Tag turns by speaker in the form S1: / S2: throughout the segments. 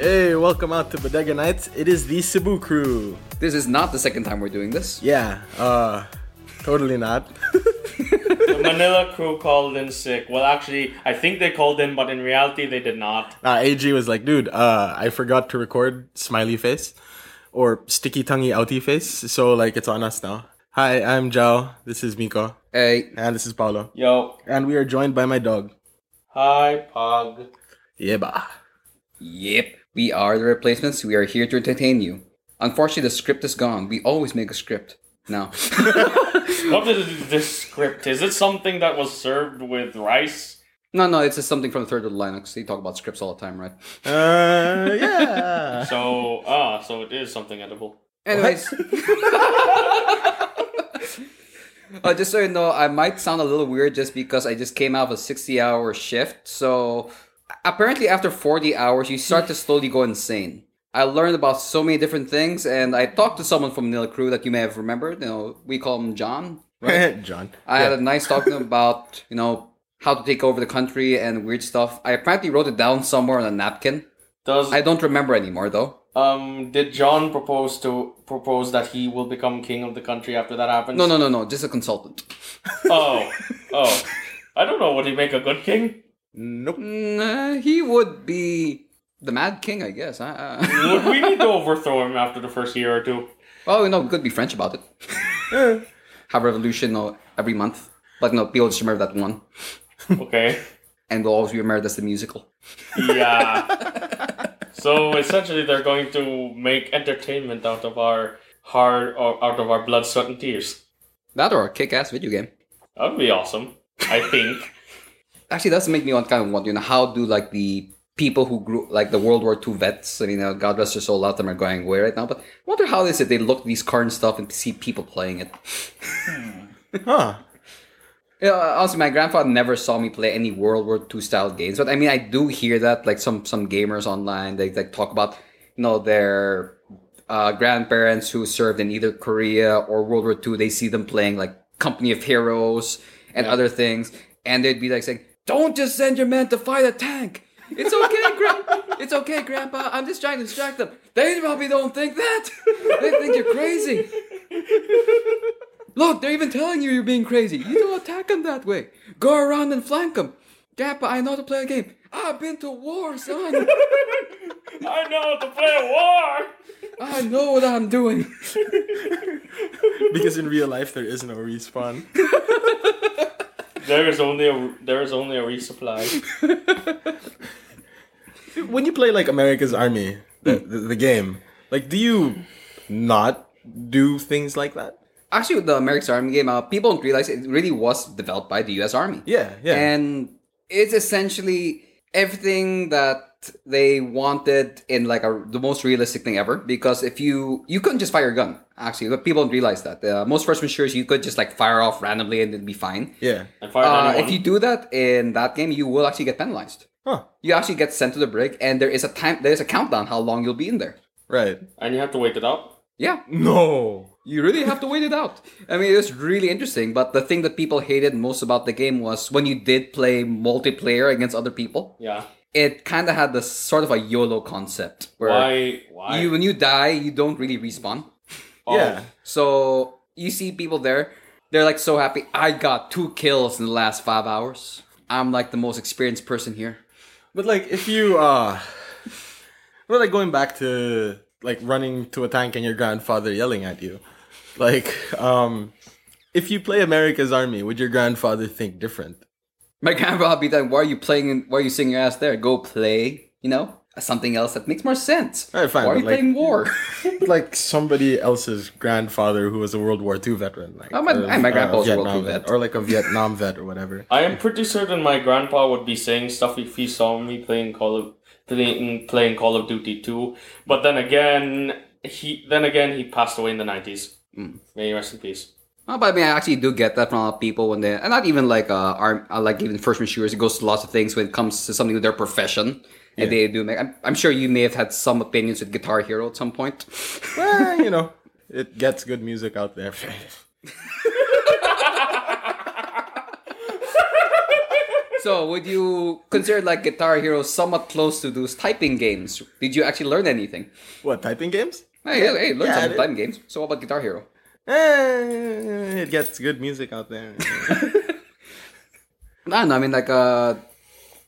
S1: welcome out to Bodega Nights. It is the Cebu crew.
S2: This is not the second time we're doing this.
S1: Yeah, uh, totally not.
S3: The Manila crew called in sick. Well, actually, I think they called in, but in reality, they did not.
S1: Uh, AG was like, dude, uh, I forgot to record smiley face or sticky tonguey outy face, so like it's on us now. Hi, I'm Jao. This is Miko,
S2: Hey,
S1: and this is Paolo,
S3: Yo,
S1: and we are joined by my dog.
S3: hi, Pog.
S1: Yeah, bah.
S2: yep, we are the replacements. We are here to entertain you. Unfortunately, the script is gone. We always make a script. Now,
S3: What is this script? Is it something that was served with rice?
S2: no, no, it's just something from the third of Linux. They talk about scripts all the time, right?
S1: Uh, yeah.
S3: So, ah, so it is something edible.
S2: Anyways, uh, just so you know, I might sound a little weird just because I just came out of a sixty-hour shift. So apparently, after forty hours, you start to slowly go insane. I learned about so many different things, and I talked to someone from Nil Crew that you may have remembered. You know, we call him John.
S1: John.
S2: I had a nice talk to him about, you know, how to take over the country and weird stuff. I apparently wrote it down somewhere on a napkin.
S3: Does
S2: I don't remember anymore though.
S3: um did John propose to propose that he will become king of the country after that happens?
S2: No, no, no, no, just a consultant.
S3: Oh, oh, I don't know. Would he make a good king?
S1: Nope.
S2: Nah, he would be the Mad King, I guess. I, I...
S3: Would we need to overthrow him after the first year or two?
S2: well, you know, we could be French about it. Have revolution you know, every month, but no, people just remember that one,
S3: Okay.
S2: and they'll always remember that's the musical.
S3: Yeah. so essentially, they're going to make entertainment out of our hard, or out of our blood, sweat, and tears.
S2: That or a kick-ass video game.
S3: That would be awesome. I think.
S2: actually that's make me want kind of wonder you know how do like the people who grew like the world war ii vets i mean uh, god rest their soul a lot of them are going away right now but I wonder how is it they look at these current stuff and see people playing it
S1: Huh.
S2: you know, honestly my grandfather never saw me play any world war ii style games but i mean i do hear that like some some gamers online they like talk about you know their uh, grandparents who served in either korea or world war ii they see them playing like company of heroes and other things and they'd be like saying don't just send your men to fight a tank it's okay grandpa it's okay grandpa i'm just trying to distract them they probably don't think that they think you're crazy Look, they're even telling you you're being crazy. You don't attack them that way. Go around and flank them. Grandpa, I know how to play a game. I've been to war, son.
S3: I know to play war.
S2: I know what I'm doing.
S1: Because in real life there is no respawn.
S3: There is only a there is only a resupply.
S1: when you play like America's Army, the, the, the game, like, do you not do things like that?
S2: Actually, with the American Army game, uh, people don't realize it really was developed by the U.S. Army.
S1: Yeah, yeah.
S2: And it's essentially everything that they wanted in like a, the most realistic thing ever. Because if you you couldn't just fire a gun, actually, but people don't realize that. Uh, most freshman shooters, you could just like fire off randomly and it'd be fine.
S1: yeah.
S3: And fire
S2: Uh,
S3: anyone.
S2: if you do that in that game, you will actually get penalized.
S1: Huh.
S2: You actually get sent to the break, and there is a time. There is a countdown how long you'll be in there.
S1: Right.
S3: and you have to wait it out.
S2: Yeah,
S1: No.
S2: you really have to wait it out. I mean, it's really interesting. But the thing that people hated most about the game was when you did play multiplayer against other people,
S3: Yeah.
S2: it kind of had this sort of a YOLO concept where
S3: Why? Why?
S2: you when you die, you don't really respawn.
S3: Oh,
S1: Yeah.
S2: So you see people there, they're like so happy. I got two kills in the last five hours. I'm like the most experienced person here.
S1: But like, if you uh, well, like going back to like running to a tank and your grandfather yelling at you, like um, if you play America's Army, would your grandfather think different?
S2: My grandpa would be like, "Why are you playing? in- Why are you singing your ass there? Go play, you know, something else that makes more sense.
S1: All right, fine,
S2: Why are
S1: but
S2: you
S1: like-
S2: playing war?
S1: Like somebody else's grandfather who was a World War II veteran, like
S2: Oh, my-
S1: or,
S2: my grandpa was a World
S1: Vietnam
S2: War II vet.
S1: or like a Vietnam vet or whatever.
S3: I am pretty certain my grandpa would be saying stuff if he saw me playing Call of playing playing Call of Duty 2. But then again, he then again he passed away in the 90s. May he rest in peace.
S2: Oh, but I mean, I actually do get that from a lot of people when they, and not even like uh, arm, uh, like even freshman shooters. It goes to lots of things when it comes to something with their profession, and they do make. I'm, I'm sure you may have had some opinions with Guitar Hero at some point.
S1: well, you know, it gets good music out there.
S2: So, would you consider like Guitar Hero somewhat close to those typing games? Did you actually learn anything?
S1: What typing games?
S2: Hey, hey, hey learn
S1: Yeah,
S2: some
S1: it-
S2: typing games. So, what about Guitar Hero?
S1: Eh, it gets good music out there.
S2: No, no, I mean like uh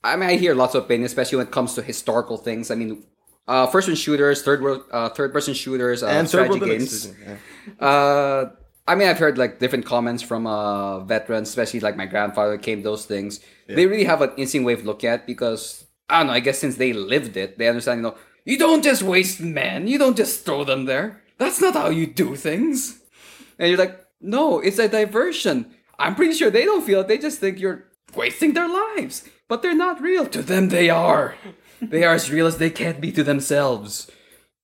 S2: I mean I hear lots of opinions, especially when it comes to historical things. I mean uh first person shooters, third world uh third person shooters, uh
S1: and Turbo
S2: strategy
S1: Deluxe,
S2: games.
S1: isn't it? Yeah.
S2: Uh I mean I've heard like different comments from uh veterans, especially like my grandfather came to those things. They really have an interesting way of looking at it because I don't know, I guess since they lived it, they understand, you know, you don't just waste men, you don't just throw them there. That's not how you do things. And you're like, no, it's a diversion. I'm pretty sure they don't feel it. They just think you're wasting their lives. But they're not real. To them, they are. they are as real as they can be to themselves.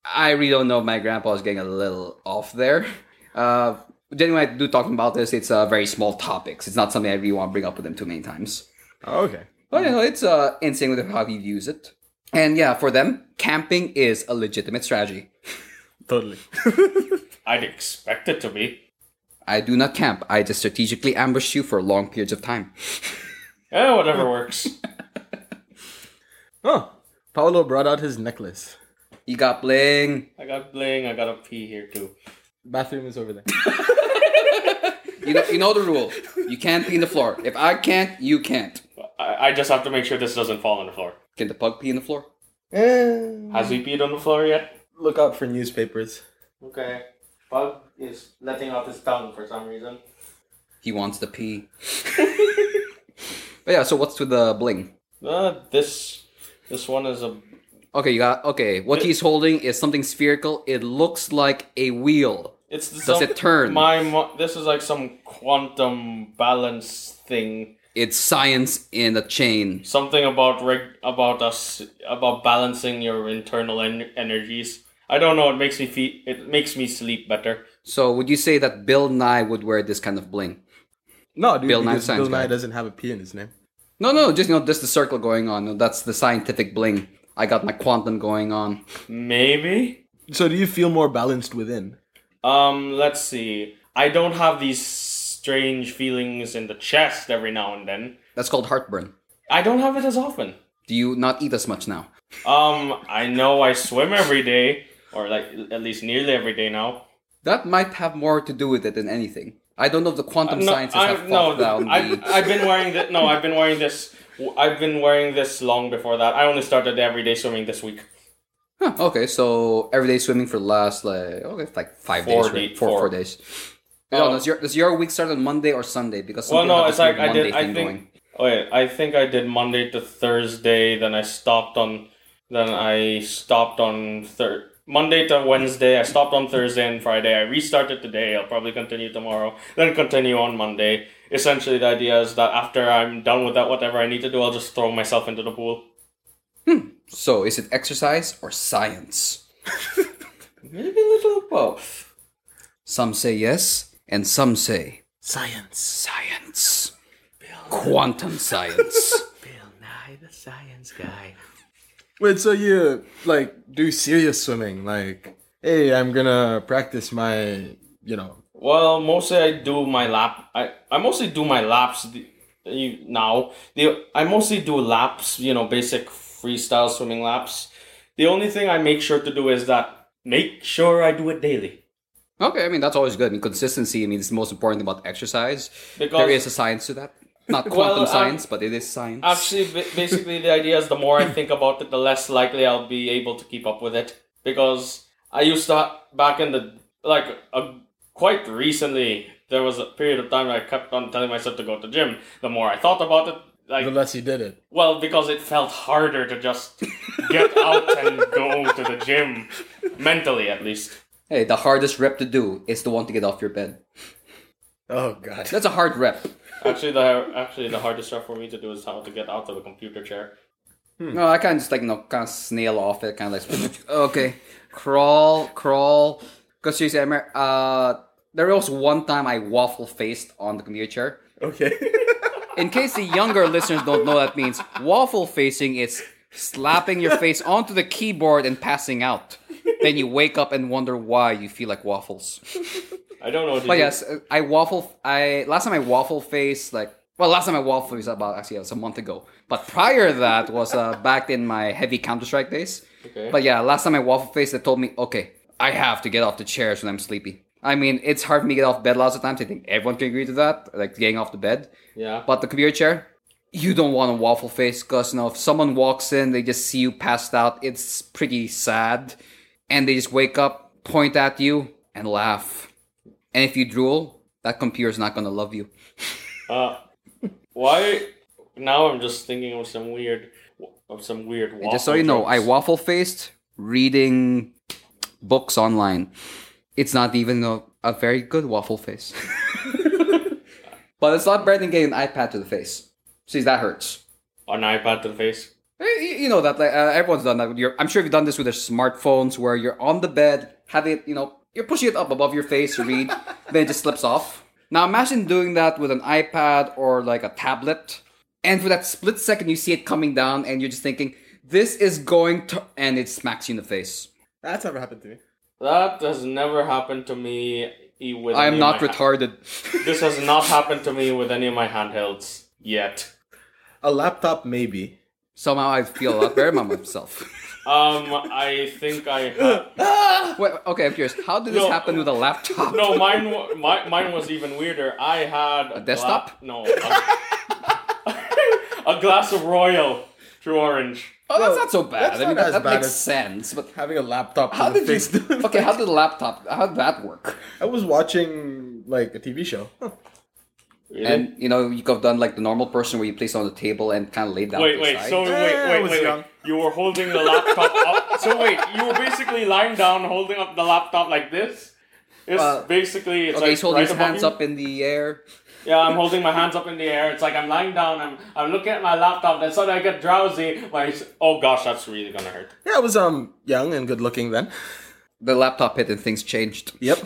S2: I really don't know if my grandpa is getting a little off there. Uh, genuinely, I do talking about this. It's uh, very small topics. It's not something I really want to bring up with them too many times.
S1: Oh, okay.
S2: But you know, it's uh, insane with how he views it. And yeah, for them, camping is a legitimate strategy.
S1: Totally.
S3: I'd expect it to be.
S2: I do not camp. I just strategically ambush you for long periods of time.
S3: Eh, whatever works.
S1: oh, Paolo brought out his necklace.
S2: You got bling.
S3: I got bling. I got a pee here too.
S1: Bathroom is over there.
S2: You know, you know the rule. You can't pee in the floor. If I can't, you can't.
S3: I, I just have to make sure this doesn't fall on the floor.
S2: Can the pug pee in the floor?
S1: Eh,
S3: Has he peed on the floor yet?
S1: Look out for newspapers.
S3: Okay. Bug is letting out his tongue for some reason.
S2: He wants to pee. but yeah, so what's with the bling?
S3: Uh, this this one is a
S2: Okay, you got okay. What he's holding is something spherical. It looks like a wheel.
S3: It's does
S2: it turn?
S3: My mo- this is like some quantum balance thing.
S2: It's science in a chain.
S3: Something about reg- about us about balancing your internal en- energies. I don't know. It makes me feel. It makes me sleep better.
S2: So would you say that Bill Nye would wear this kind of bling?
S1: No, dude,
S2: Bill Nye
S1: because
S2: science
S1: Bill Nye
S2: guy.
S1: doesn't have a P in his name.
S2: No, no, just you know, just the circle going on. No, That's the scientific bling. I got my quantum going on.
S3: Maybe.
S1: So do you feel more balanced within?
S3: Um. Let's see. I don't have these strange feelings in the chest every now and then.
S2: That's called heartburn.
S3: I don't have it as often.
S2: Do you not eat as much now?
S3: Um. I know I swim every day, or like at least nearly every day now.
S2: That might have more to do with it than anything. I don't know if the quantum sciences
S3: Uh, I-
S2: have fought down
S3: I've,
S2: the.
S3: I've been wearing this. No, I've been wearing this. I've been wearing this long before that. I only started everyday swimming this week.
S2: Huh, okay, so everyday swimming for the last like okay, like five
S3: Four
S2: days, right?
S3: day-
S2: four,
S3: four.
S2: four days. No,
S3: Oh.
S2: does your does your week start on Monday or Sunday? Because some
S3: Well,
S2: people
S3: no,
S2: have
S3: it's
S2: this weird
S3: like I
S2: Monday
S3: did. I
S2: thing
S3: think. Wait, I think I did Monday to Thursday. Then I stopped on. Then I stopped on third. Monday to Wednesday, I stopped on Thursday and Friday. I restarted today. I'll probably continue tomorrow, then continue on Monday. Essentially, the idea is that after I'm done with that, whatever I need to do, I'll just throw myself into the pool.
S2: So, is it exercise or science?
S3: Maybe a little of both.
S2: Some say yes, and some say
S1: Science.
S2: science, quantum science.
S3: Bill Nye, the science guy.
S1: Wait, so you like do serious swimming? Like, hey, I'm gonna practice my, you know,
S3: Well, mostly I do my lap. I, I mostly do my laps the, you, now. The, I mostly do laps, you know, basic freestyle swimming laps. The only thing I make sure to do is that make sure I do it daily.
S2: okay, I mean that's always good. And consistency, I mean, is the most important thing about exercise.
S3: Because-
S2: there is a science to that. Not quantum
S3: Well, I-
S2: science, but it is science.
S3: Actually, ba- basically, the idea is the more I think about it, the less likely I'll be able to keep up with it. Because I used to, ha- back in the, like, a, quite recently, there was a period of time I kept on telling myself to go to gym. The more I thought about it, like,
S1: the less you did it.
S3: well, because it felt harder to just get out and go to the gym. Mentally, at least.
S2: Hey, the hardest rep to do is the one to get off your bed.
S1: Oh god.
S2: That's a hard rep.
S3: Actually, the actually the hardest stuff for me to do is how to get out of the computer chair.
S2: No, I kind of just like, you know, kind of snail off it, kind of like, okay, crawl, crawl. Because seriously, I remember, uh, there was one time I waffle faced on the computer chair.
S1: Okay.
S2: In case the younger listeners don't know, that means waffle facing is slapping your face onto the keyboard and passing out. Then you wake up and wonder why you feel like waffles.
S3: I don't know. did
S2: But
S3: you-
S2: yes, I waffle. I last time I waffle face like Well, last time I waffled was about actually it was a month ago. But prior to that was uh, back in my heavy Counter Strike days.
S3: Okay.
S2: But yeah, last time I waffle face, they told me, okay, I have to get off the chairs when I'm sleepy. I mean, it's hard for me to get off bed lots of times. I think everyone can agree to that, like getting off the bed.
S3: yeah.
S2: But the computer chair, you don't want a waffle face because you know if someone walks in, they just see you passed out. It's pretty sad, and they just wake up, point at you, and laugh. And if you drool, that computer's not gonna love you.
S3: Uh, why? Now I'm just thinking of some weird, of some weird.
S2: And just so you know, I waffle faced reading books online. It's not even a, a very good waffle face. but it's not better than getting an iPad to the face. See, that hurts.
S3: an iPad to the face.
S2: Eh, You you know that like uh, everyone's done that. With your, I'm sure you've done this with their smartphones, where you're on the bed, have it, you know, you're pushing it up above your face to read, then it just slips off. Now imagine doing that with an iPad or like a tablet, and for that split second you see it coming down, and you're just thinking, "This is going to," and it smacks you in the face.
S1: That's never happened to me.
S3: That has never happened to me. e- With
S2: I am
S3: any of
S2: not
S3: my ha-
S2: retarded.
S3: this has not happened to me with any of my handhelds yet.
S1: A laptop, maybe.
S2: Somehow I feel a lot better about myself.
S3: Um, I think I. Ha-
S2: Wait, okay, I'm curious. How did this
S3: No.
S2: happen with a laptop?
S3: no, mine. wa- My, mine was even weirder. I had a
S2: desktop?
S3: gla- no, a, a glass of Royal True Orange.
S2: oh, that's not so bad.
S1: that's
S2: I mean,
S1: not
S2: that,
S1: as
S2: that
S1: bad
S2: makes
S1: as-
S2: sense. But
S1: Having a laptop to
S2: How
S1: the
S2: did
S1: face.
S2: you? Okay, how did the laptop? How did that work?
S1: I was watching like a TV show.
S3: Really?
S2: And you know, you could have done like the normal person where you place it on the table and kind of lay down. to
S3: Wait,
S2: the
S3: wait.
S2: side.
S3: So wait,
S1: Yeah, Eh, I
S3: wait,
S1: was
S3: wait,
S1: young.
S3: wait. You were holding the laptop up. So wait, you were basically lying down, holding up the laptop like this. It's
S2: Uh,
S3: basically it's
S2: okay,
S3: like
S2: he's holding
S3: right
S2: his
S3: above
S2: hands
S3: you.
S2: up in the air.
S3: Yeah, I'm holding my hands up in the air. It's like I'm lying down. I'm I'm looking at my laptop. Then suddenly I get drowsy. My s- oh gosh, that's really gonna hurt.
S1: Yeah, I was um young and good looking then.
S2: The laptop hit and things changed.
S1: Yep.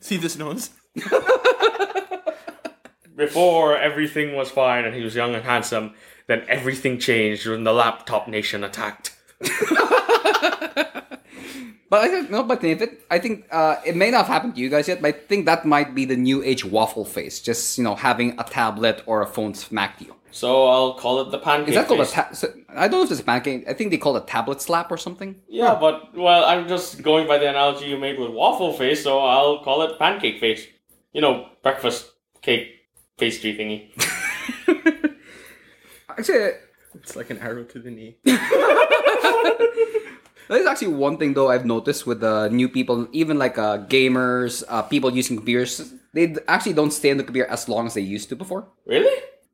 S1: See this nose?
S3: Before everything was fine and he was young and handsome. Then everything changed when the laptop nation attacked.
S2: But I think no, but if it, I think uh, it may not have happened to you guys yet. But I think that might be the new age waffle face. Just you know, having a tablet or a phone smack you.
S3: So I'll call it the pancake.
S2: Is that called a?
S3: face.
S2: Ta- so- I don't know if it's a pancake. I think they call it tablet slap or something.
S3: Yeah, but well, I'm just going by the analogy you made with waffle face, so I'll call it pancake face. You know, breakfast cake pastry thingy.
S2: Actually,
S1: It's like an arrow to the knee.
S2: There's actually one thing though I've noticed with uh, new people, even like uh, gamers, uh, people using computers, they d- actually don't stay in the computer as long as they used to before.
S3: Really?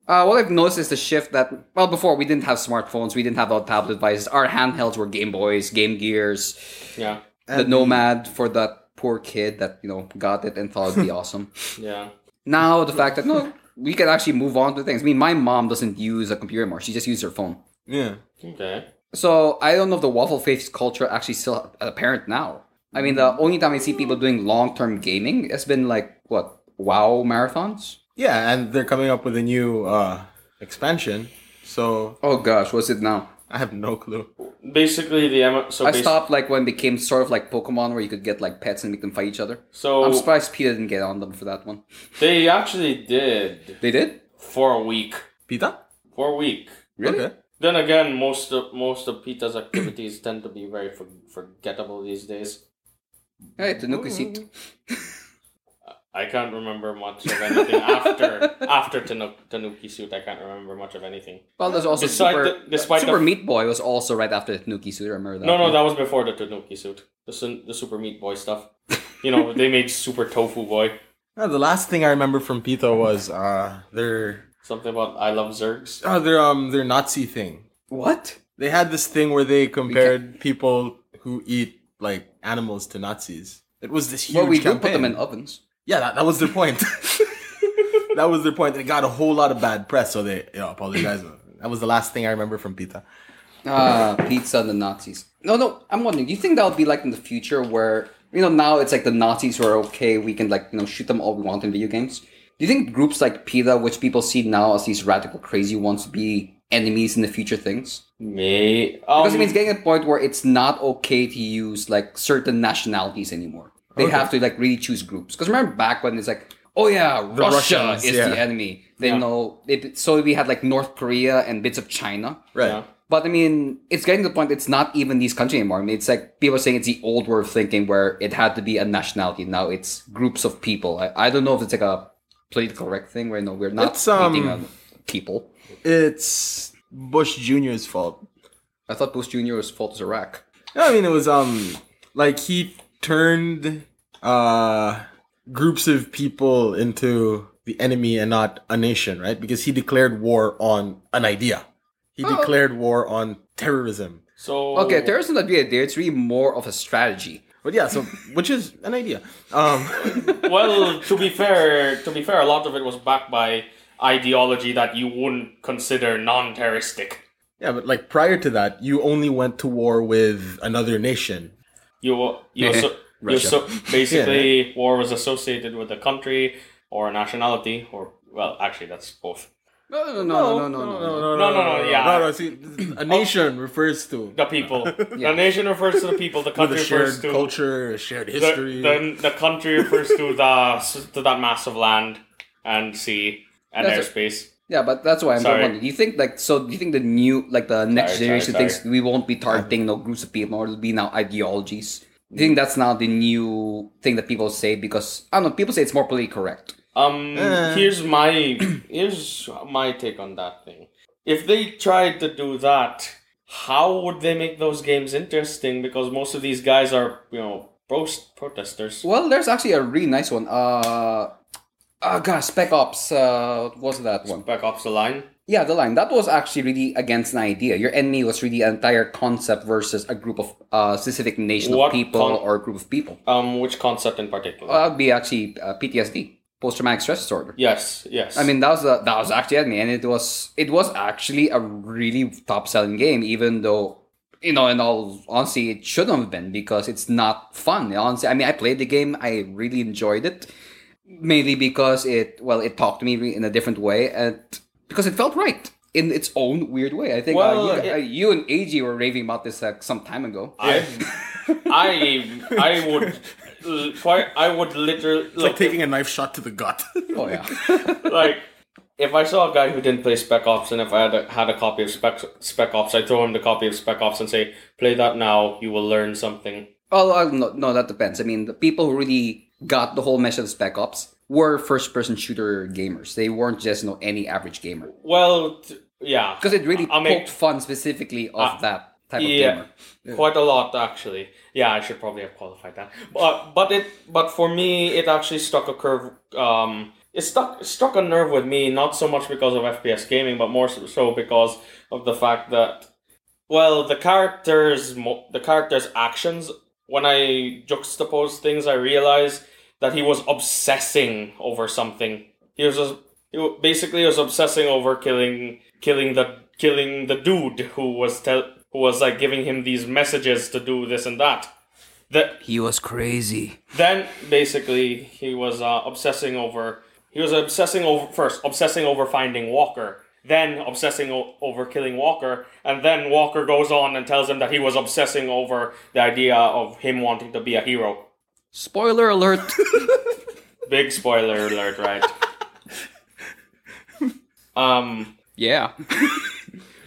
S2: Uh, what I've noticed is the shift that well before we didn't have smartphones, we didn't have our tablet devices, our handhelds were Game Boys, Game Gears,
S3: Yeah.
S2: the Nomad for that poor kid that you know got it and thought it'd be awesome.
S3: Yeah.
S2: Now the fact that no, we can actually move on to things. I mean, my mom doesn't use a computer anymore; she just uses her phone.
S1: Yeah.
S3: Okay.
S2: So I don't know if the waffle face culture actually still apparent now. I mean,
S3: Mm.
S2: the only time I see people doing long term gaming has been like what WoW marathons.
S1: Yeah, and they're coming up with a new uh expansion. So
S2: Oh gosh, what's it now?
S1: I have no clue.
S3: Basically, the M- so
S2: I
S3: basi-
S2: stopped like when it became sort of like Pokemon, where you could get like pets and make them fight each other. I'm
S3: so
S2: surprised Peter didn't get on them for that one.
S3: they actually did
S2: They did,
S3: for a week.
S1: Pita?
S3: For a week.
S2: really?
S1: Okay.
S3: Then again, most of most of Peter's activities tend to be very for- forgettable these days.
S2: Hey, Tanukisit.
S3: Oh. I can't remember much of anything after after Tanu- Tanuki suit. I can't remember much of anything.
S2: Well, there's also
S3: Despite
S2: Super
S3: the- despite
S2: Super
S3: the-
S2: Meat Boy was also right after Tanuki Suit. I remember that.
S3: No, no, that was before the Tanuki suit. The sun, the Super Meat Boy stuff. You know, they made Super Tofu Boy.
S1: Yeah, Uh, the last thing I remember from Pita was uh their
S3: Something about I love Zergs.
S1: oh, their um their Nazi thing.
S2: What?
S1: They had this thing where they compared people who eat like animals to Nazis. It was this huge
S2: Well, we do
S1: campaign.
S2: put them in ovens.
S1: Yeah, that, that was their point. that was their point. They got a whole lot of bad press, so they you know, apologize. that was the last thing I remember from Pita.
S2: Ah, pizza and the Nazis. No, no, I'm wondering, do you think that'll be like in the future where, you know, now it's like the Nazis are okay, we can like, you know, shoot them all we want in video games? Do you think groups like PETA, which people see now as these radical crazy ones, to be enemies in the future things?
S3: Me.
S2: Because
S3: Um,
S2: I mean, it's getting to a point where it's not okay to use like certain nationalities anymore. They have to like really choose groups. Because remember back when it's like, oh yeah, Russia
S1: Russians,
S2: is
S1: yeah.
S2: the enemy. They
S3: Yeah.
S2: know it. So we had like North Korea and bits of China.
S1: Right.
S3: Yeah.
S2: But I mean, it's getting to the point. It's not even these countries anymore. I mean, it's like people are saying it's the old world thinking where it had to be a nationality. Now it's groups of people. I, I don't know if it's like a politically correct thing where no, we're not
S1: It's, um,
S2: hating on people.
S1: It's Bush Jr.'s fault.
S2: I thought Bush Junior's fault is Iraq.
S1: I mean, it was um like he turned uh groups of people into the enemy and not a nation, right? Because he declared war on an idea. He
S2: Oh.
S1: declared war on terrorism.
S3: So
S2: Okay, terrorism not be a idea. It's really more of a strategy.
S1: But yeah, so which is an idea. Um
S3: well, to be fair, to be fair, a lot of it was backed by ideology that you wouldn't consider non-terroristic.
S1: yeah, but like prior to that, you only went to war with another nation.
S3: You were, you were so, you were
S2: Eh, Russia.
S3: so basically war was associated with a country or a nationality or well, actually that's both.
S2: No, no, no, no, no, no, no.
S1: no,
S3: No, no, no, yeah.
S1: No, no, see, a nation refers to
S3: The people,
S2: Yeah.
S3: the nation refers to the people. The
S1: with
S3: country
S1: a
S3: refers
S1: shared
S3: to
S1: culture, a shared
S3: the,
S1: history.
S3: the, the country refers to the to that mass of land and sea and
S2: That's
S3: airspace.
S2: Yeah, but that's why I'm
S3: Sorry.
S2: wondering. Do you think like so? Do you think the new like the next
S3: Sorry,
S2: generation
S3: sorry,
S2: thinks we won't be targeting no groups of people, or it'll be now ideologies? Do you think that's now the new thing that people say because I don't know. People say it's more politically correct.
S3: Um,
S1: Eh.
S3: here's my here's my take on that thing. If they tried to do that, how would they make those games interesting? Because most of these guys are you know post protesters.
S2: Well, there's actually a really nice one. Uh, oh god, Spec Ops. Uh, what was that one?
S3: Back off the line.
S2: Yeah, the line that was actually really against an idea. Your enemy was really an entire concept versus a group of uh specific nation
S3: What
S2: of people
S3: con-
S2: or a group of people.
S3: Um, which concept in particular?
S2: Well, that would be actually uh, PTSD, post traumatic stress disorder.
S3: yes, yes.
S2: I mean, that was the, that was actually at me, and it was it was actually a really top selling game, even though you know, in all honesty, it shouldn't have been because it's not fun. Honestly, I mean, I played the game, I really enjoyed it, mainly because it well, it talked to me re- in a different way, and because it felt right in its own weird way. I think uh,
S3: Well,
S2: you,
S3: it-
S2: uh, you and AG were raving about this like some time ago.
S3: I, I, I would, l- quite, I would literally
S1: It's like taking a knife shot to the gut.
S2: oh yeah,
S3: like if I saw a guy who didn't play Spec Ops and if I had a, had a copy of Spec Spec Ops, I throw him the copy of Spec Ops and say, "Play that now. You will learn something."
S2: Well, uh, no, no, that depends. I mean, the people who really got the whole mesh of Spec Ops were first-person shooter gamers. They weren't just you know, any average gamer
S3: Well, t- yeah,
S2: because it really
S3: I mean-
S2: poked fun specifically of
S3: Ah,
S2: that type
S3: yeah.
S2: of gamer.
S3: quite a lot actually. Yeah, I should probably have qualified that. But but it but for me, it actually struck a curve. Um, it stuck struck a nerve with me, not so much because of FPS gaming, but more so because of the fact that Well, the characters, mo- the characters' actions. When I juxtapose things, I realize that he was obsessing over something. He was just, he wa- basically he was obsessing over killing, killing the, killing the dude who was tell, who was like giving him these messages to do this and that. That
S2: He was crazy.
S3: then basically he was uh, obsessing over. He was obsessing over first, obsessing over finding Walker, then obsessing o- over killing Walker, and then Walker goes on and tells him that he was obsessing over the idea of him wanting to be a hero.
S2: Spoiler alert.
S3: Big spoiler alert, right? um,
S2: yeah,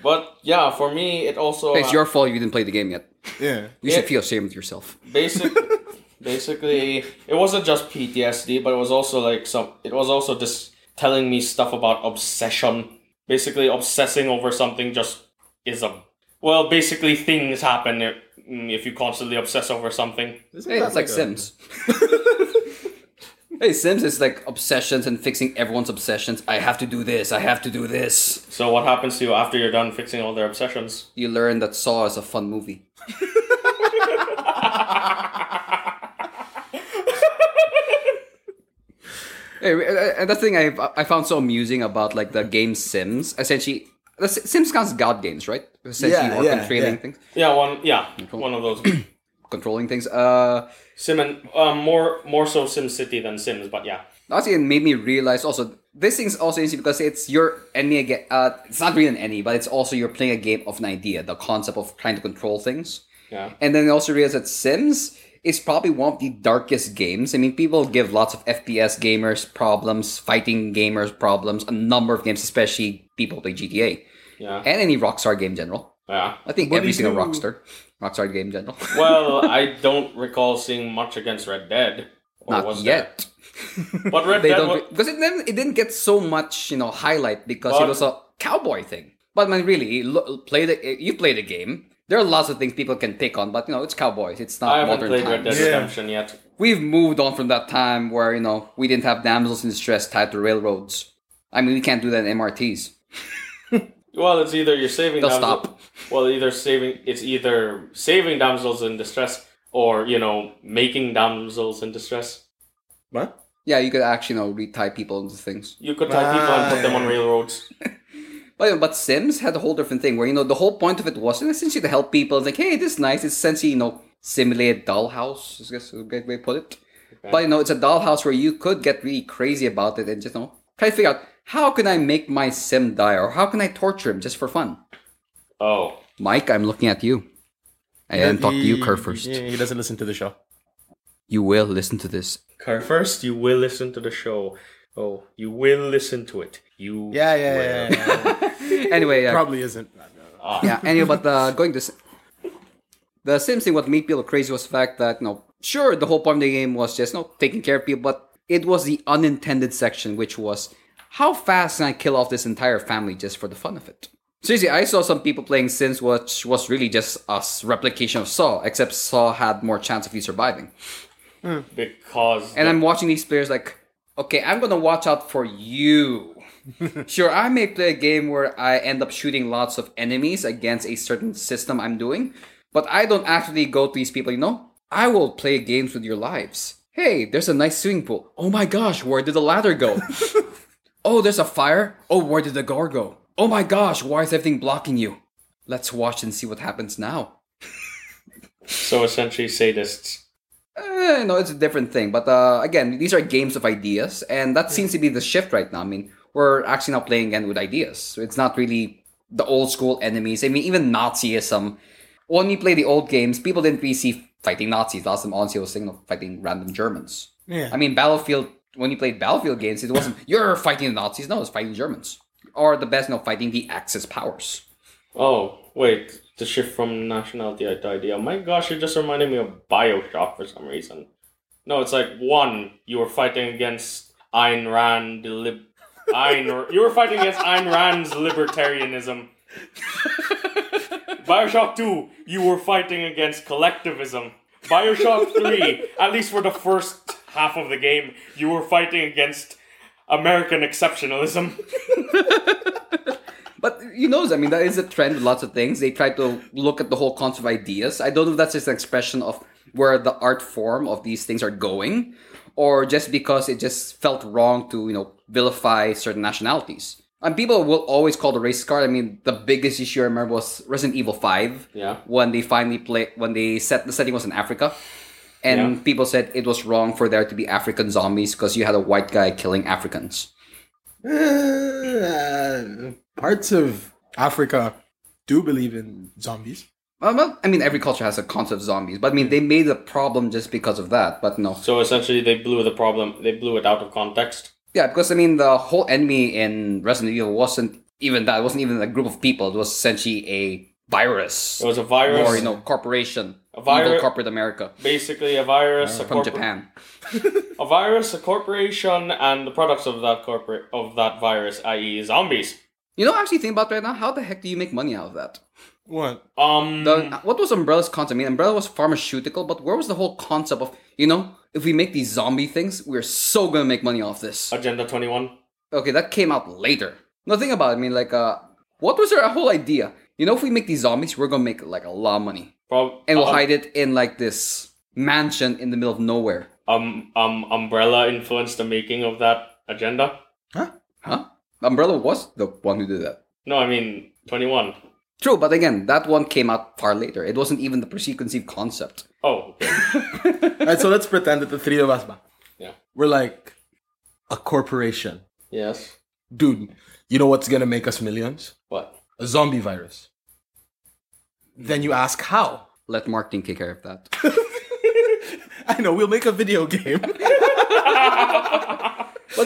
S3: but yeah, for me, it also
S2: it's your fault you didn't play the game yet.
S1: yeah.
S2: You should feel ashamed with yourself.
S3: basic basically it wasn't just PTSD, but it was also like some it was also just telling me stuff about obsession. Basically obsessing over something just is a well, basically things happen if, mm, if you constantly obsess over something.
S1: Isn't
S2: Hey,
S1: that
S2: it's like
S1: a-
S2: Sims. hey, Sims is like obsessions and fixing everyone's obsessions. I have to do this. I have to do this.
S3: So what happens to you after you're done fixing all their obsessions?
S2: You learn that Saw is a fun movie. Hey, uh, and that's the thing I I found so amusing about like the game Sims. Essentially, the S- Sims counts as god games, right? Essentially,
S1: Yeah,
S2: or
S1: yeah,
S2: controlling
S1: yeah.
S2: things,
S3: yeah, one yeah, one of those
S2: controlling things. Uh,
S3: Sim and um, more more so Sim City than Sims, but yeah.
S2: honestly, it made me realize also this thing's also interesting because it's your enemy again. Uh, it's not really an enemy, but it's also you're playing a game of an idea, the concept of trying to control things.
S3: Yeah.
S2: And then I also realized that Sims is probably one of the darkest games. I mean, people give lots of FPS gamers problems, fighting gamers problems, a number of games, especially people who play GTA
S3: Yeah.
S2: and any Rockstar game in general.
S3: Yeah.
S2: I think
S1: What do
S2: every
S1: you
S2: single
S1: do-
S2: Rockstar, Rockstar game in general.
S3: Well, I don't recall seeing much against Red Dead. Or
S2: Not
S3: was there?
S2: yet.
S3: But Red
S2: they
S3: Dead.
S2: don't
S3: wa-
S2: because it didn't it didn't get so much you know highlight because it
S3: But-
S2: was a cowboy thing. But I mean, really, lo- play the you play the game. There are lots of things people can pick on, but you know it's cowboys. It's not
S3: I haven't
S2: modern
S3: played Red
S2: times.
S3: Dead
S1: Yeah.
S3: Redemption yet.
S2: We've moved on from that time where you know we didn't have damsels in distress tied to railroads. I mean, we can't do that in MRTs.
S3: Well, it's either you're saving.
S2: They'll
S3: damsel-
S2: stop.
S3: Well, either saving. It's either saving damsels in distress or you know making damsels in distress.
S1: What?
S2: Yeah, you could actually you know retie people into things.
S3: You could tie people and put them on
S1: Ah.
S3: railroads.
S2: But, but Sims had a whole different thing where, you know, the whole point of it was essentially to help people. It's like, hey, this is nice. It's essentially, you know, simulated dollhouse, I guess is a great way to put it. But, you know, it's a dollhouse where you could get really crazy about it and just, you know, try to figure out how can I make my Sim die or how can I torture him just for fun?
S3: Oh,
S2: Mike, I'm looking at you. I didn't talk to you, Kerr, first.
S1: He, he doesn't listen to the show.
S2: You will listen to this.
S3: car first. You will listen to the show. Oh, you will listen to it. You.
S1: Yeah, yeah, yeah.
S3: will.
S1: yeah, yeah.
S2: Anyway, uh,
S1: Probably isn't.
S3: Ah.
S2: yeah. Anyway, but uh, going to s- the Sims thing, what made people crazy was the fact that you know, sure, the whole point of the game was just you know, taking care of people, but it was the unintended section, which was how fast can I kill off this entire family just for the fun of it. Seriously, I saw some people playing Sims, which was really just a s- replication of Saw, except Saw had more chance of you surviving.
S3: Because
S2: And I'm watching these players like, okay, I'm gonna watch out for you. sure, I may play a game where I end up shooting lots of enemies against a certain system I'm doing, but I don't actually go to these people, you know? I will play games with your lives. Hey, there's a nice swimming pool. Oh my gosh, where did the ladder go? oh, there's a fire. Oh, where did the door go? Oh my gosh, why is everything blocking you? Let's watch and see what happens now.
S3: so essentially sadists.
S2: Eh, no, it's a different thing. But uh, again, these are games of ideas, and that seems to be the shift right now. I mean, we're actually now playing again with ideas. So it's not really the old school enemies. I mean, even Nazism. When we play the old games, people didn't really see fighting Nazis. Last time honestly, I was thinking of fighting random Germans.
S1: Yeah.
S2: I mean, Battlefield. When you played Battlefield games, it wasn't you're fighting the Nazis. No, it's fighting Germans, or the best, no, fighting the Axis powers.
S3: Oh, wait. The shift from nationality to idea. My gosh, it just reminded me of Bioshock for some reason. No, it's like one, you were fighting against Ayn Rand. Lib- Ayn, you were fighting against Ayn Rand's libertarianism. Bioshock 2, you were fighting against collectivism. Bioshock 3, at least for the first half of the game, you were fighting against American exceptionalism.
S2: But you know, I mean, that is a trend with lots of things. They try to look at the whole concept of ideas. I don't know if that's just an expression of where the art form of these things are going, or just because it just felt wrong to, you know, vilify certain nationalities. And people will always call the race card. I mean, the biggest issue I remember was Resident Evil 5.
S3: Yeah.
S2: When they finally play, when they set, the setting was in Africa. And
S3: Yeah.
S2: people said it was wrong for there to be African zombies because you had a white guy killing Africans.
S1: Uh, parts of Africa do believe in zombies.
S2: Well, well, I mean, every culture has a concept of zombies, but I mean, they made the problem just because of that. But no,
S3: So essentially, they blew the problem. They blew it out of context.
S2: yeah, because I mean, the whole enemy in Resident Evil wasn't even that. It wasn't even a group of people. It was essentially a virus,
S3: It was a virus,
S2: or you know, corporation,
S3: A viru-
S2: evil corporate America
S3: basically a virus, a,
S2: from
S3: corpor-
S2: Japan.
S3: a virus, a corporation, and the products of that corporate of that virus, i.e., zombies.
S2: You know, actually, think about it right now. How the heck do you make money out of that?
S1: What?
S3: Um,
S2: The, What was Umbrella's concept? I mean, Umbrella was pharmaceutical, but where was the whole concept of you know, if we make these zombie things, we're so gonna make money off this.
S3: Agenda Twenty One.
S2: Okay, that came out later. No, think about it. I mean, like, uh, what was their whole idea? You know, if we make these zombies, we're gonna make like a lot of money,
S3: Prob-
S2: and we'll
S3: um,
S2: hide it in like this mansion in the middle of nowhere.
S3: Um, um, Umbrella influenced the making of that agenda.
S2: Huh? Umbrella was the one who did that.
S3: No, I mean Twenty One.
S2: True, but again, that one came out far later. It wasn't even the preconceived concept.
S3: Oh, okay.
S1: All right, so let's pretend that the three of us, man,
S3: Yeah.
S1: we're like a corporation.
S3: yes.
S1: Dude, you know what's gonna make us millions?
S3: What?
S1: A zombie virus. Then you ask how?
S2: Let marketing take care of that.
S1: I know. We'll make a video game.
S2: But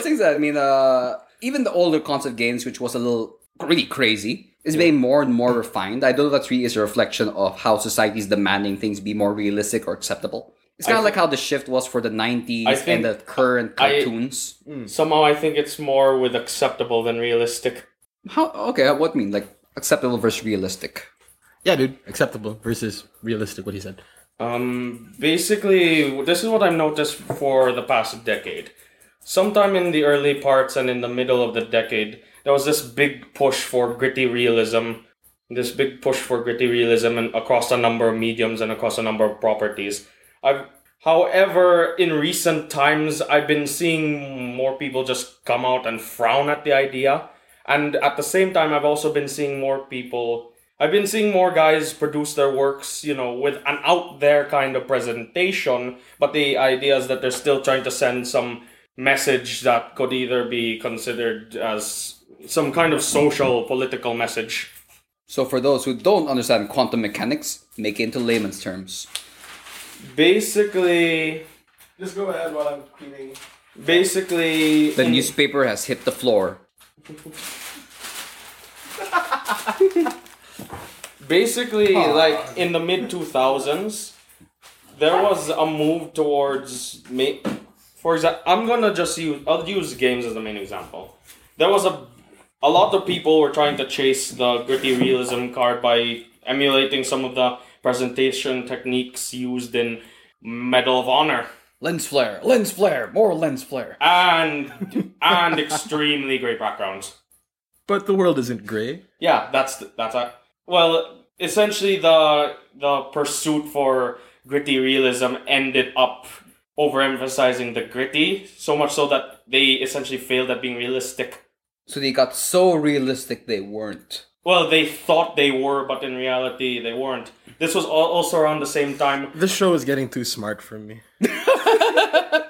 S2: things that I mean, uh, even the older concept games, which was a little really crazy, is being more and more refined. I don't know if that really is a reflection of how society is demanding things be more realistic or acceptable. It's kind of like how the shift was for the
S3: I
S2: 90s
S3: think-
S2: and the current
S3: I-
S2: cartoons.
S3: Somehow I think it's more with acceptable than realistic.
S2: how okay? What mean like acceptable versus realistic?
S1: yeah, dude. Acceptable versus realistic. What he said.
S3: Um, basically, this is what I've noticed for the past decade. Sometime in the early parts and in the middle of the decade, there was this big push for gritty realism. This big push for gritty realism and across a number of mediums and across a number of properties. I've, however, in recent times, I've been seeing more people just come out and frown at the idea. And at the same time, I've also been seeing more people. I've been seeing more guys produce their works, you know, with an out there kind of presentation, but the idea is that they're still trying to send some message that could either be considered as some kind of social, political message.
S2: So for those who don't understand quantum mechanics, make it into layman's terms.
S3: Basically,
S1: Just go ahead while I'm cleaning.
S3: basically,
S2: The newspaper has hit the floor.
S3: basically like in the mid 2000s there was a move towards ma- for example i'm gonna just use i'll use games as the main example there was a a lot of people were trying to chase the gritty realism card by emulating some of the presentation techniques used in medal of honor
S2: Lens flare, lens flare, more lens flare.
S3: and and extremely great backgrounds
S1: But the world isn't gray.
S3: Yeah, that's the, that's a, well, essentially the the pursuit for gritty realism ended up overemphasizing the gritty so much so that they essentially failed at being realistic.
S2: So they got so realistic they weren't.
S3: Well, they thought they were, but in reality they weren't. This was al- also around the same time
S1: This show is getting too smart for me.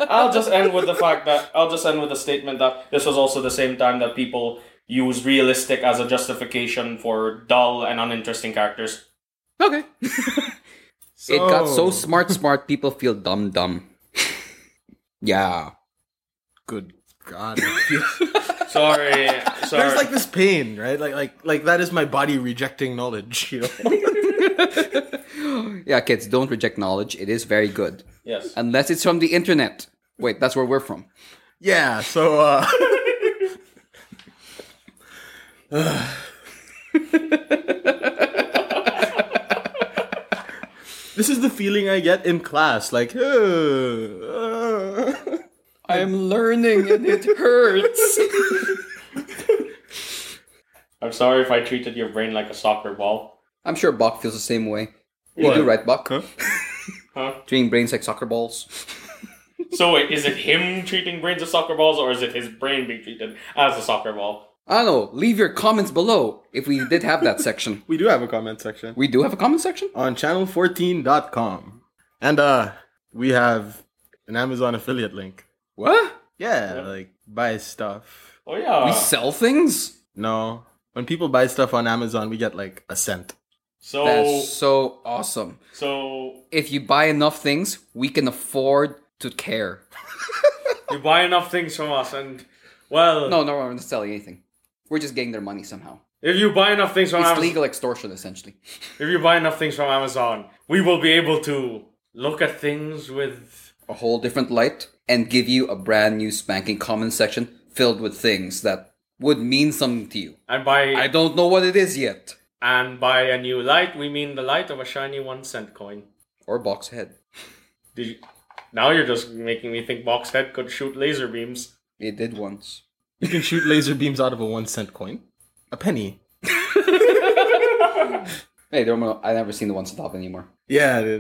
S3: I'll just end with the fact that I'll just end with the statement that this was also the same time that people use realistic as a justification for dull and uninteresting characters.
S2: Okay. It got so
S1: So-
S2: smart, smart people feel dumb, dumb. yeah.
S1: Good God. I feel-
S3: Sorry, sorry.
S1: There's like this pain, right? Like, like, like that is my body rejecting knowledge. You know.
S2: Yeah, kids, don't reject knowledge. It is very good.
S3: yes.
S2: Unless it's from the internet. Wait, that's where we're from.
S1: yeah. So. uh... this is the feeling I get in class. Like. uh,
S2: I'm learning and it hurts.
S3: I'm sorry if I treated your brain like a soccer ball.
S2: I'm sure Buck feels the same way. You
S1: What?
S2: do, right, Buck?
S3: Huh?
S2: Treating brains like soccer balls.
S3: So wait, is it him treating brains as soccer balls, or is it his brain being treated as a soccer ball?
S2: I don't know. Leave your comments below if we did have that section.
S1: we do have a comment section.
S2: We do have a comment section?
S1: on channel14.com. And uh we have an Amazon affiliate link.
S2: What?
S1: Yeah, like buy stuff.
S3: Oh yeah.
S2: we sell things?
S1: No. When people buy stuff on Amazon, we get like a cent.
S3: so
S2: That's so awesome.
S3: so
S2: If you buy enough things, we can afford to care.
S3: you buy enough things from us, and well,
S2: No, no, we're not selling anything. We're just getting their money somehow.
S3: if you buy enough things from
S2: It's
S3: Amazon,
S2: legal extortion, essentially.
S3: if you buy enough things from Amazon, we will be able to look at things with.
S2: A whole different light and give you a brand new spanking comment section filled with things that would mean something to you.
S3: And by
S2: I don't know what it is yet.
S3: and by a new light, we mean the light of a shiny one cent coin.
S2: Or box head.
S3: Did you, now you're just making me think Boxhead could shoot laser beams.
S2: It did once.
S1: You can shoot laser beams out of a 1 cent coin. A penny.
S2: Hey, don't know. I never seen the ones on top anymore.
S1: Yeah, the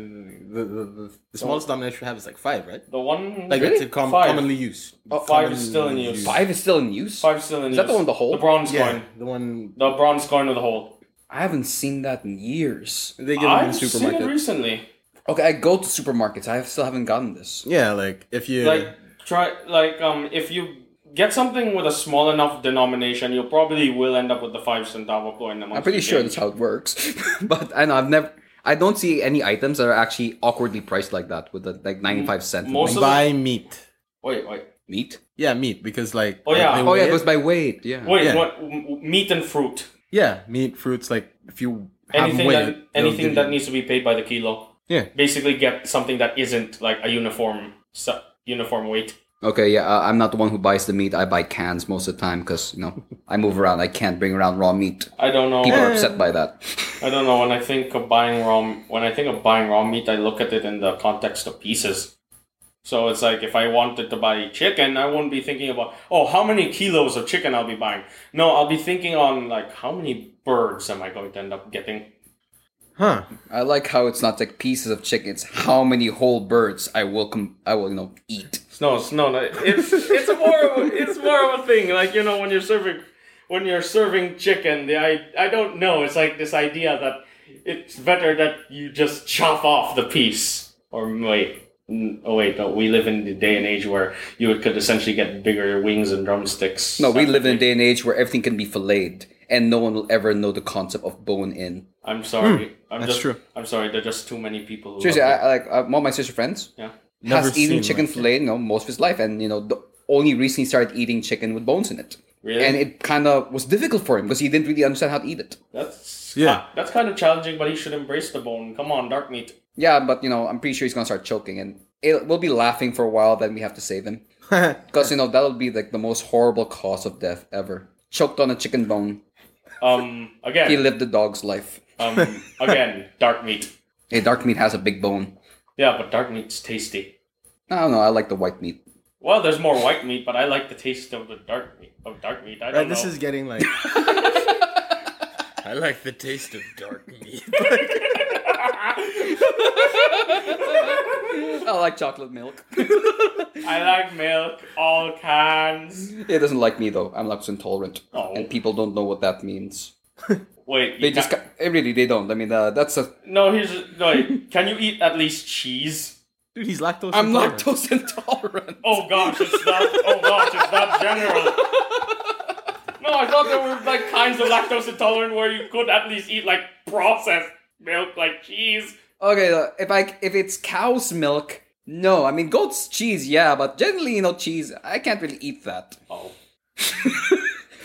S1: the, the, the, the smallest denominator we have is like 5, right?
S3: The one
S1: Like
S2: Really?
S1: it's a com-
S3: Five.
S1: commonly used.
S3: Oh, five is still in use.
S2: Five is still in use.
S3: Five still in
S2: Is that
S3: use.
S2: the one with the hole?
S3: The bronze
S1: Yeah,
S3: coin.
S1: the one
S3: The bronze coin with the hole.
S2: I haven't seen that in years.
S1: they give them in
S3: I've
S1: the
S3: seen it
S1: supermarket.
S3: recently.
S2: Okay, I go to supermarkets. I still haven't gotten this.
S1: yeah, like if you
S3: Like try like um if you get something with a small enough denomination, you probably will end up with the five centavo coin.
S2: I'm pretty sure that's how it works. but I know I've never. I don't see any items that are actually awkwardly priced like that with the, like 95 cents.
S3: most
S2: thing.
S3: of-
S1: Buy meat.
S3: Wait, wait,
S2: meat?
S1: Yeah, meat because like
S3: Oh, yeah.
S1: they
S2: Oh, yeah,
S1: weigh
S2: it
S1: it.
S2: goes by weight. Yeah.
S3: wait.
S1: Yeah.
S3: What m- meat and fruit?
S1: yeah, meat, fruits. Like if you have
S3: Anything
S1: weight,
S3: that
S1: they'll
S3: anything
S1: give
S3: that
S1: you-
S3: needs to be paid by the kilo.
S1: Yeah.
S3: Basically, get something that isn't like a uniform su- uniform weight.
S2: Okay, yeah, uh, I'm not the one who buys the meat. I buy cans most of the time because, you know, I move around. I can't bring around raw meat.
S3: I don't know.
S2: People are
S1: Yeah.
S2: upset by that.
S3: I don't know. When I think of buying raw, when I think of buying raw meat, I look at it in the context of pieces. So it's like if I wanted to buy chicken, I wouldn't be thinking about oh how many kilos of chicken I'll be buying. No, I'll be thinking on like how many birds am I going to end up getting.
S1: Huh?
S2: I like how it's not like pieces of chicken. It's how many whole birds I will, com- I will, you know, eat.
S3: No, it's no, no it's it's more of a, it's more of a thing. Like you know when you're serving when you're serving chicken, the I I don't know. It's like this idea that it's better that you just chop off the piece. Or wait, n- oh wait, no. We live in the day and age where you would- could essentially get bigger wings and drumsticks.
S2: No, we live in a day and age where everything can be filleted, and no one will ever know the concept of bone in.
S3: I'm sorry. I'm
S1: that's
S3: just,
S1: true.
S3: I'm sorry. There are just too many people. Who
S2: Hmm, Seriously, I,
S3: love
S2: I like uh, one of my sister friends
S3: it. yeah.
S1: Never
S2: has eaten
S1: seen
S2: chicken
S1: one.
S2: fillet, you know, most of his life, and you know, the, only recently started eating chicken with bones in it,
S3: Really?
S2: and it kind of was difficult for him because he didn't really understand how to eat it.
S3: That's
S1: Yeah.
S3: That's kind of challenging, but he should embrace the bone. Come on, dark meat.
S2: Yeah, but you know, I'm pretty sure he's gonna start choking, and it, we'll be laughing for a while. Then we have to save him because you know that'll be like the most horrible cause of death ever. Choked on a chicken bone.
S3: Um, again,
S2: He lived the dog's life.
S3: Um, again, dark meat.
S2: Hey, dark meat has a big bone.
S3: Yeah, but dark meat's tasty.
S2: I don't know. I like the white meat.
S3: Well, there's more white meat, but I like the taste of the dark meat. Of dark meat, I don't
S1: Right, this
S3: know.
S1: is getting like. I like the taste of dark meat.
S2: I like chocolate milk.
S3: I like milk, all cans.
S2: It doesn't like me though. I'm lactose intolerant,
S3: Oh.
S2: and people don't know what that means.
S3: Wait,
S2: They
S3: you
S2: just
S3: ca-
S2: ca- eh, really they don't. I mean, uh, that's a.
S3: no. Here's no. Wait, can you eat at least cheese?
S1: Dude, he's lactose.
S2: I'm
S1: intolerant.
S2: lactose intolerant.
S3: Oh gosh, it's not. Oh gosh, it's not general. No, I thought there were like kinds of lactose intolerant where you could at least eat like processed milk, like cheese.
S2: Okay, uh, if I if it's cow's milk, no. I mean, goat's cheese, yeah, but generally, you know, cheese, I can't really eat that.
S3: Oh,
S2: But you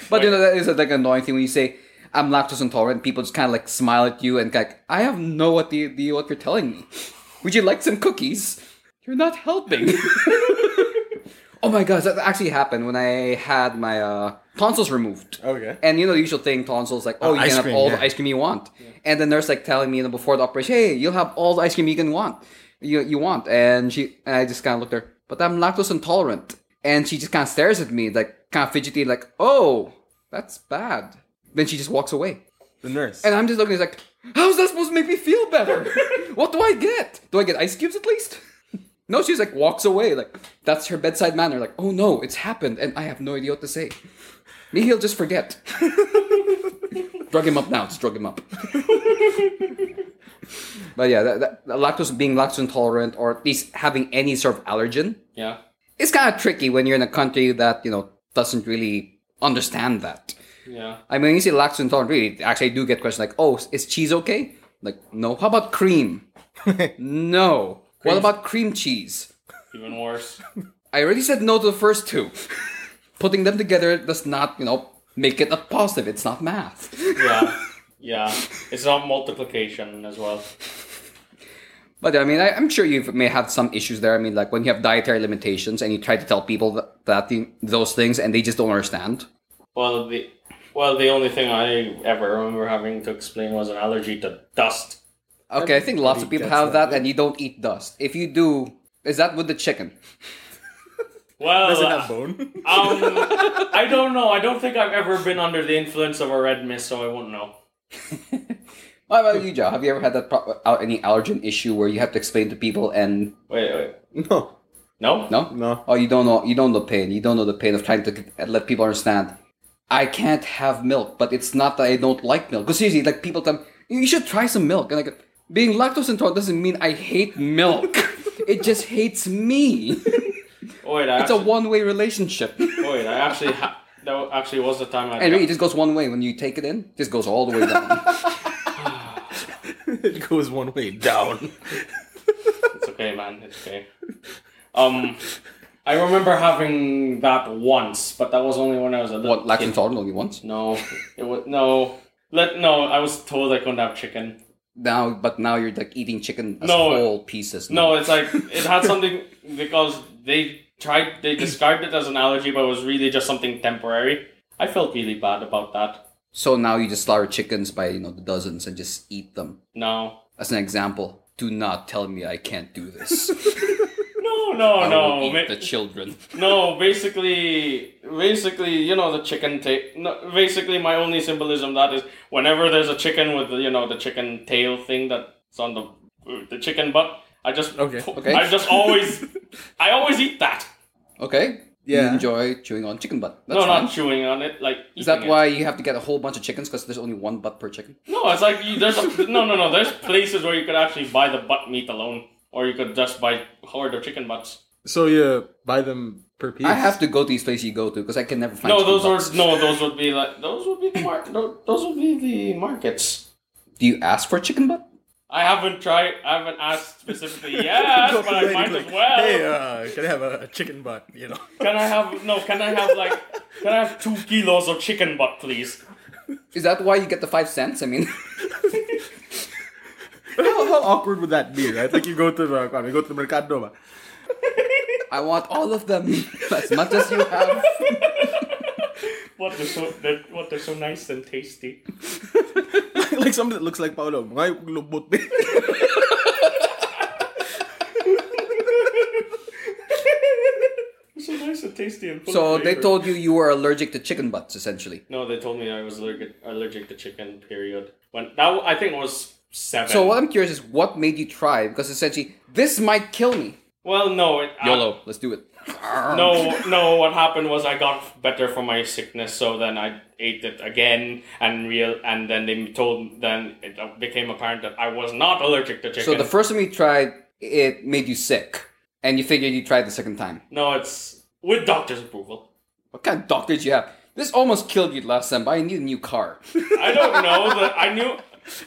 S3: Right.
S2: know, that is like an annoying thing when you say I'm lactose intolerant. People just kind of like smile at you and like, I have no idea idea what you're telling me. Would you like some cookies? You're not helping. oh my gosh, that actually happened when I had my uh, tonsils removed.
S1: Okay.
S2: And you know the usual thing, tonsils like, oh,
S1: Oh,
S2: you
S1: ice
S2: can
S1: cream,
S2: have all
S1: yeah.
S2: the ice cream you want. And the nurse like telling me you know, before the operation, hey, you'll have all the ice cream you can want, you you want. And she, and I just kind of looked at her, but I'm lactose intolerant. And she just kind of stares at me, like kind of fidgety, like, oh, that's bad. Then she just walks away,
S1: The nurse.
S2: and I'm just looking, it's like, how's that supposed to make me feel better? what do I get? Do I get ice cubes at least? no, she's like walks away, like that's her bedside manner, like, oh no, it's happened, and I have no idea what to say. Maybe he'll just forget. drug him up now. Just drug him up. but yeah, that, that, that lactose being lactose intolerant or at least having any sort of allergen,
S3: yeah.
S2: it's kind of tricky when you're in a country that you know doesn't really understand that.
S3: Yeah.
S2: I mean, when you say lactose intolerant, really, actually, I do get questions like, "Oh, is cheese okay?" Like, no. How about cream? no. What about cream cheese?
S3: Even worse.
S2: I already said no to the first two. Putting them together does not, you know, make it a positive. It's not math.
S3: yeah, yeah. It's not multiplication as well.
S2: But I mean, I, I'm sure you may have some issues there. I mean, like when you have dietary limitations and you try to tell people that, that the, those things and they just don't understand.
S3: Well, the well, the only thing I ever remember having to explain was an allergy to dust.
S2: Okay, I think lots of
S1: Everybody
S2: people
S1: gets
S2: have that,
S1: that,
S2: and you don't eat dust. If you do, is that with the chicken?
S3: Well,
S1: Doesn't
S3: uh,
S1: have bone.
S3: um, I don't know. I don't think I've ever been under the influence of a red mist, so I won't know.
S2: How about you, Joe? Have you ever had that pro- uh, any allergen issue where you have to explain to people and
S3: Wait, wait,
S1: no,
S3: no,
S2: no,
S1: no.
S2: oh, you don't know, you don't know pain. You don't know the pain of trying to get- let people understand. I can't have milk, but it's not that I don't like milk. Because seriously, like people tell me, you should try some milk. And like being lactose intolerant doesn't mean I hate milk. it just hates me.
S3: Wait, I
S2: It's a
S3: actually,
S2: one-way relationship. and
S3: wait. I actually ha- that wa- actually was the time I.
S2: really, it just goes one way when you take it in. It just goes all the way down.
S1: it goes one way down.
S3: It's okay, man. It's okay. Um, I remember having that once, but that was only when I was a little
S2: What lactose
S3: kid.
S2: intolerant only once?
S3: No, it was no. Let no. I was told I couldn't have chicken.
S2: Now, but now you're like eating chicken as
S3: No.
S2: whole pieces.
S3: No, it's like it had something because they tried. They described it as an allergy, but it was really just something temporary. I felt really bad about that.
S2: So now you just slaughter chickens by you know the dozens and just eat them.
S3: No,
S2: As an example, do not tell me I can't do this.
S3: no, no,
S2: I
S3: no.
S2: will eat
S3: ma-
S2: the children.
S3: No, basically, basically, you know the chicken tail. No, basically, my only symbolism that is whenever there's a chicken with the, you know the chicken tail thing that's on the the chicken butt. I just
S1: Okay,
S2: okay.
S3: I just always I always eat that.
S2: Okay.
S1: Yeah.
S2: You enjoy chewing on chicken butt. That's
S3: no,
S2: fine.
S3: not chewing on it. Like
S2: Is that
S3: eating it.
S2: why you have to get a whole bunch of chickens? Because there's only one butt per chicken.
S3: No, it's like you, there's a, no no no. There's places where you could actually buy the butt meat alone, or you could just buy horde of chicken butts.
S1: So you buy them per piece.
S2: I have to go to these places you go to because I can never find.
S3: No,
S2: chicken
S3: those
S2: butts.
S3: are no. Those would be like those would be the mar- Those would be the markets.
S2: Do you ask for chicken butt?
S3: I haven't tried. I haven't asked specifically yet,
S1: Go
S3: but
S1: in,
S3: I might
S1: like,
S3: as well.
S1: Hey, uh, can I have a, a chicken butt? You know.
S3: Can I have no? Can I have like? Can I have two kilos of chicken butt, please?
S2: Is that why you get the five cents? I mean,
S1: how, how awkward would that be, right? Like you go to the you go to the mercado. ba?
S2: I want all of them as much as you have.
S3: What they're so they're, what they're so nice and tasty.
S1: like something that looks like Paolo. Mga lubot din.
S3: So nice and tasty and full
S2: So
S3: of
S2: they
S3: flavor.
S2: told you you were allergic to chicken butts, essentially.
S3: No, they told me I was allergic allergic to chicken. Period. When that I think I was seven.
S2: So what I'm curious is what made you try? Because essentially, this might kill me.
S3: Well, no. It, I-
S2: YOLO. Let's do it.
S3: No, no. What happened was I got better from my sickness, so then I ate it again, and real, and then they told, then it uh, became apparent that I was not allergic to chicken.
S2: So the first time you tried, it made you sick, and you figured you tried the second time.
S3: no, it's with doctor's approval.
S2: What kind of doctor did you have? This almost killed you last time, but I need a new car.
S3: I don't know that I knew.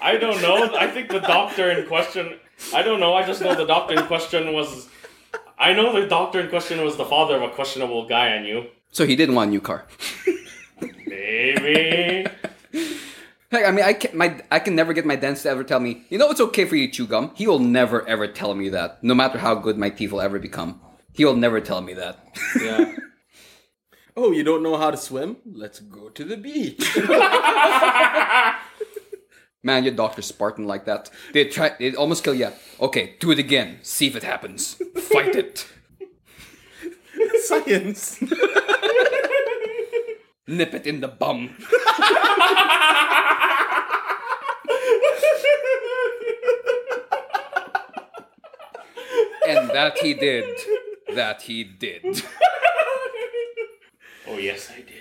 S3: I don't know. I think the doctor in question. I don't know. I just know the doctor in question was. I know the doctor in question was the father of a questionable guy I knew.
S2: so he didn't want a new car.
S3: Maybe.
S2: Heck, I mean, I can my I can never get my dentist to ever tell me, you know, it's okay for you to chew gum. He will never ever tell me that, no matter how good my teeth will ever become. He will never tell me that.
S3: Yeah.
S1: Oh, you don't know how to swim? Let's go to the beach.
S2: Man, your doctor Spartan like that. They try, they almost kill you. Okay, do it again. See if it happens. Fight it.
S1: Science.
S2: Nip it in the bum. and that he did. That he did.
S3: Oh yes, I did.